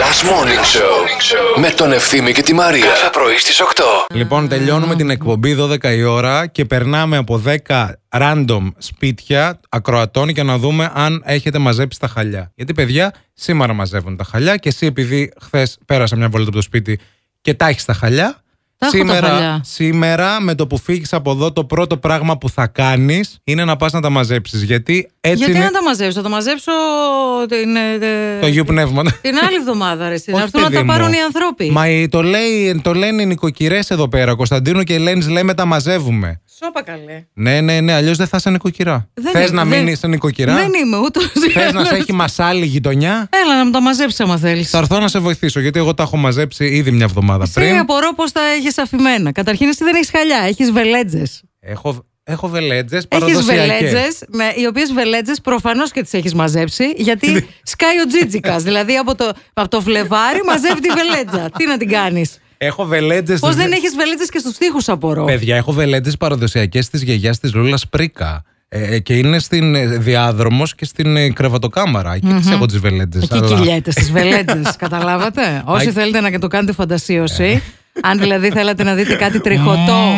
Last Morning Show με τον Ευθύμη και τη Μαρία. Κάθε πρωί στις 8. Λοιπόν, τελειώνουμε την εκπομπή 12 η ώρα και περνάμε από 10 random σπίτια ακροατών για να δούμε αν έχετε μαζέψει τα χαλιά. Γιατί, παιδιά, σήμερα μαζεύουν τα χαλιά και εσύ, επειδή χθες πέρασα μια βόλτα από το σπίτι και τα έχεις τα χαλιά. Τα έχω τα σήμερα, χαλιά. σήμερα, με το που φύγεις από εδώ, το πρώτο πράγμα που θα κάνεις είναι να πας να τα μαζέψεις. Γιατί έτσι Γιατί είναι να τα μαζέψω, θα τα μαζέψω την, ε, ε, το γιο πνεύμα. την άλλη εβδομάδα, ρε. εσύ. Να Όχι, έρθουν να παιδί τα μου. πάρουν οι άνθρωποι. Μα ε, το, λέει, το λένε οι νοικοκυρές εδώ πέρα. Κωνσταντίνο και Ελένη λέμε τα μαζεύουμε. Σώπα καλέ. Ναι, ναι, ναι, αλλιώς δεν θα είσαι νοικοκυρά. Δεν Θες είμαι, να δεν- μείνει σε νοικοκυρά. Δεν είμαι ούτε. Θες να σε έχει μασάλη γειτονιά. Έλα να μου τα μαζέψει άμα θέλεις. Θα έρθω να σε βοηθήσω, γιατί εγώ τα έχω μαζέψει ήδη μια εβδομάδα Πριν... πριν. απορώ πώς τα έχεις αφημένα. Καταρχήν εσύ δεν έχεις χαλιά, έχεις βελέτζες. Έχω, έχω βελέτζες Έχεις παραδοσιακές. βελέτζες, ναι, οι οποίες βελέτζες προφανώς και τις έχεις μαζέψει, Ναι. γιατί σκάει ο τζίτζικα. δηλαδή από το, από το Φλεβάρι μαζεύει τη βελέτζα. Τι να την κάνεις. Έχω βελέτζε. Πώ δεν έχει βελέτζε και στους τοίχους απορώ. Παιδιά, έχω βελέτζε παραδοσιακές της γιαγιάς της Λούλας Πρίκα. Ε, και είναι στην διάδρομος και στην ε, κρεβατοκάμαρα. Εκεί τις έχω τις βελέτζε. Εκεί κυλιέται στις βελέτζε. καταλάβατε. Όσοι Μα- θέλετε να το κάνετε φαντασίωση, αν δηλαδή θέλατε να δείτε κάτι τριχωτό,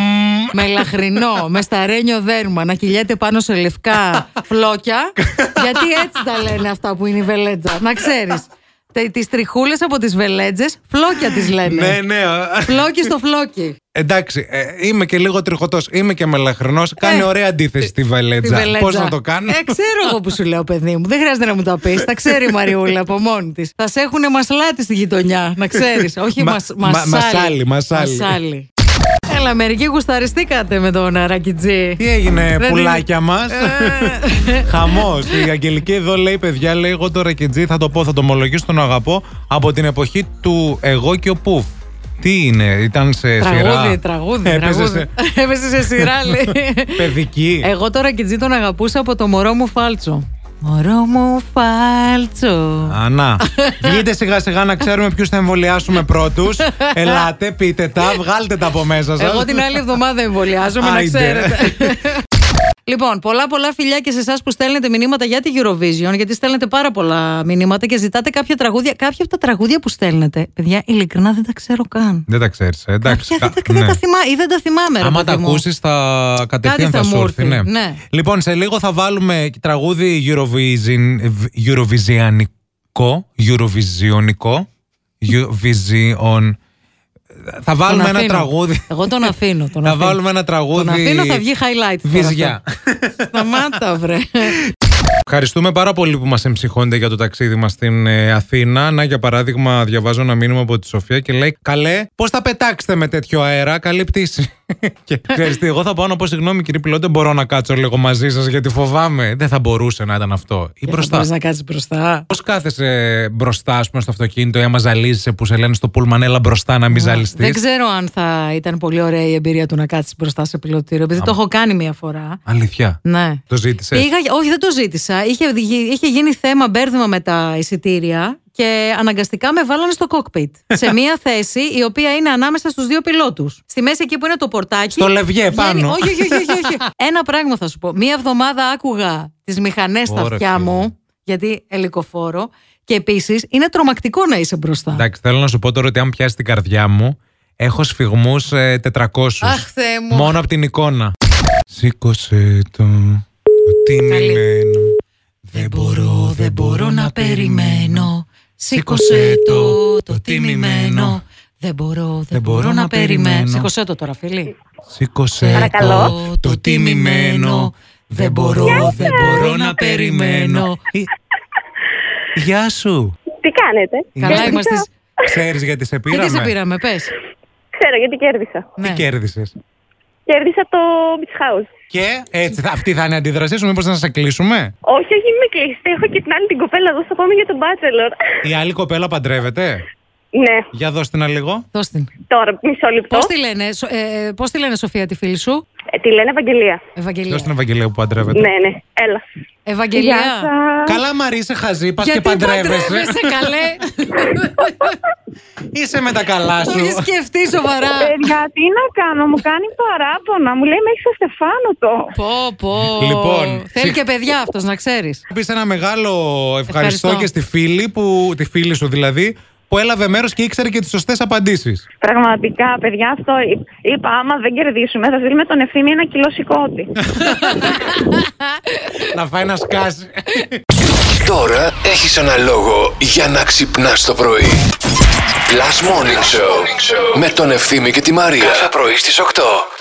με λαχρινό, με σταρένιο δέρμα, να κυλιέται πάνω σε λευκά φλόκια. γιατί έτσι τα λένε αυτά που είναι η βελέτζα. Να ξέρεις. Τις τριχούλες από τις βελέτζες, φλόκια τις λένε. Ναι, ναι. α, Φλόκι στο φλόκι. Εντάξει, ε, είμαι και λίγο τριχωτός. Είμαι και μελαχρινό. Κάνει ωραία αντίθεση στη Ε, Τη βελέτζα. βελέτζα. Πώς να το κάνω. Ε, ξέρω εγώ που σου λέω, παιδί μου. Δεν χρειάζεται να μου τα πεις. Τα ξέρει η Μαριούλα από μόνη της. Θα σε έχουν μασλάτι στη γειτονιά, να ξέρεις. Όχι Μα- μας, μα- μασάλι. μασάλι, μασάλι. Μασάλι. Έλα, μερικοί γουσταριστήκατε με τον Ρακιτζή. Τι έγινε, Δεν πουλάκια μας. Ε. Χαμός. Η Αγγελική εδώ λέει: Παιδιά, λέει εγώ το ρακετζή, θα το πω, θα το ομολογήσω, τον αγαπώ. Από την εποχή του Εγώ και ο Πουφ. Τι είναι, ήταν σε σειρά. Τραγούδι, τραγούδι, Έπαιζε τραγούδι. σε Έπεσε σε σειρά, λέει. Παιδική. Εγώ τον Ρακιτζή τον αγαπούσα από το μωρό μου φάλτσο. Μωρό μου φάλτσο. Ανά. Βγείτε σιγά σιγά να ξέρουμε ποιους θα εμβολιάσουμε πρώτους. Ελάτε, πείτε τα, βγάλτε τα από μέσα σας. Εγώ την άλλη εβδομάδα εμβολιάζομαι, να Άιντε. ξέρετε. Λοιπόν, πολλά πολλά φιλιά και σε εσάς που στέλνετε μηνύματα για τη Eurovision, γιατί στέλνετε πάρα πολλά μηνύματα και ζητάτε κάποια τραγούδια. Κάποια από τα τραγούδια που στέλνετε, παιδιά, ειλικρινά δεν τα ξέρω καν. Δεν τα ξέρεις, εντάξει. Κάποια δεν, τα- κα- δεν ναι. τα θυμάμαι ή δεν τα θυμάμαι, ρε Άμα παιδί τα μου. ακούσεις, θα κατευθείαν Κάτι θα, θα σου μου έρθει. έρθει, ναι. Λοιπόν, σε λίγο θα βάλουμε τραγούδι Eurovision, Eurovisianικό. Eurovisionico. Eurovision. Θα Τον βάλουμε ένα αφήνω. τραγούδι. Εγώ τον αφήνω. Τον Θα αφήνω. βάλουμε ένα τραγούδι. Τον αφήνω, θα βγει highlight. τώρα Βυζιά. αυτό. Σταμάτα, βρε. Ευχαριστούμε πάρα πολύ που μας εμψυχώνετε για το ταξίδι μας στην ε, Αθήνα. Να, για παράδειγμα, διαβάζω ένα μήνυμα από τη Σοφία και λέει: Καλέ, πώς θα πετάξετε με τέτοιο αέρα, καλή πτήση. και ξέρεις τι, εγώ θα πάω να πω συγγνώμη, κύριε Πιλότο, δεν μπορώ να κάτσω λίγο μαζί σας γιατί φοβάμαι. Δεν θα μπορούσε να ήταν αυτό. Ή Ε, Θα μπορείς μπροστά. να κάτσεις μπροστά. Πώς κάθεσαι μπροστά, ας πούμε, στο αυτοκίνητο, ή άμα ζαλίζεσαι που σε λένε στο πούλμαν, έλα μπροστά να μην Ναι, Δεν ζαλιστεί. ξέρω αν θα ήταν πολύ ωραία η εμπειρία του να κάτσεις μπροστά σε πιλωτήριο, επειδή το έχω κάνει μία φορά. Αλήθεια. Ναι. Το ζήτησες. Πήγα, όχι, δεν το ζήτησα. Είχε, είχε γίνει θέμα μπέρδεμα με τα εισιτήρια και αναγκαστικά με βάλανε στο κόκπιτ. σε μία θέση η οποία είναι ανάμεσα στους δύο πιλότους. Στη μέση εκεί που είναι το πορτάκι. Στο λευγέ βγαίνει- πάνω. Όχι, όχι, όχι, όχι, όχι. Ένα πράγμα θα σου πω. Μία εβδομάδα άκουγα τις μηχανές στα Ωραία, αυτιά φίλε. μου, γιατί ελικοφόρο. Και επίσης είναι τρομακτικό να είσαι μπροστά. Εντάξει, θέλω να σου πω τώρα ότι αν πιάσει την καρδιά μου, έχω σφιγμούς 400. Αχ, Θεέ μου. Μόνο από την εικόνα. Σήκωσε το. Το τιμημένο. Δεν μπορώ, δεν μπορώ να περιμένω. Σήκωσε το, το τιμημένο. Δεν μπορώ, Δεν μπορώ να περιμένω. Σήκωσέ το τώρα, φίλοι. Σήκωσε το, το τιμημένο. Δεν μπορώ, δεν μπορώ να περιμένω. Ε, Γεια σου. Τι κάνετε. Καλά Είμαστε- είμαστε. Ξέρεις γιατί σε Γιατί σε πήραμε. ναι. πήραμε, Ναι. πες. Ξέρω γιατί κέρδισα. Τι κέρδισες. Κέρδισα το Beach House. Και έτσι, θα- αυτή θα είναι η αντίδρασή σου, μήπως να σε κλείσουμε. Όχι, όχι, μην με κλείσετε. Έχω και την άλλη την κοπέλα εδώ στο πάμε για τον Bachelor. Η άλλη κοπέλα παντρεύεται. ναι, Για δώστε ένα λίγο. Δώσ' την. τώρα μισό λεπτό. Πώς τη, λένε, Σο- ε, πώς τη λένε, Σοφία, τη φίλη σου, Ε, τη λένε Ευαγγελία. Ευαγγελία. Δώστε την Ευαγγελία που παντρεύεται. ναι, ναι, έλα. Ε, Ευαγγελία. σας. Καλά, Μαρή, είσαι χαζή, πας και Γιατί παντρεύεσαι. παντρεύεσαι, καλέ. Είσαι με τα καλά Το σου. έχει σκεφτείς σοβαρά. Παιδιά, τι να κάνω, μου κάνει παράπονα. Μου λέει μέχρι στο Στεφάνοτο. Πω, πω. Λοιπόν, Θέλει συγ- και παιδιά αυτός, να ξέρεις. Πεις ένα μεγάλο ευχαριστώ, Ευχαριστώ. και στη φίλη, που, τη φίλη σου δηλαδή, που έλαβε μέρος και ήξερε και τις σωστές απαντήσεις. Πραγματικά, παιδιά, αυτό εί- είπα. Άμα δεν κερδίσουμε, θα στείλουμε τον ευθύνη ένα κιλό σηκώτη. να φάει να σκάσει. Τώρα έχεις ένα λόγο για να ξυπνάς το πρωί. Last Morning Show με τον Ευθύμη και τη Μαρία. Κάθε πρωί στις 8.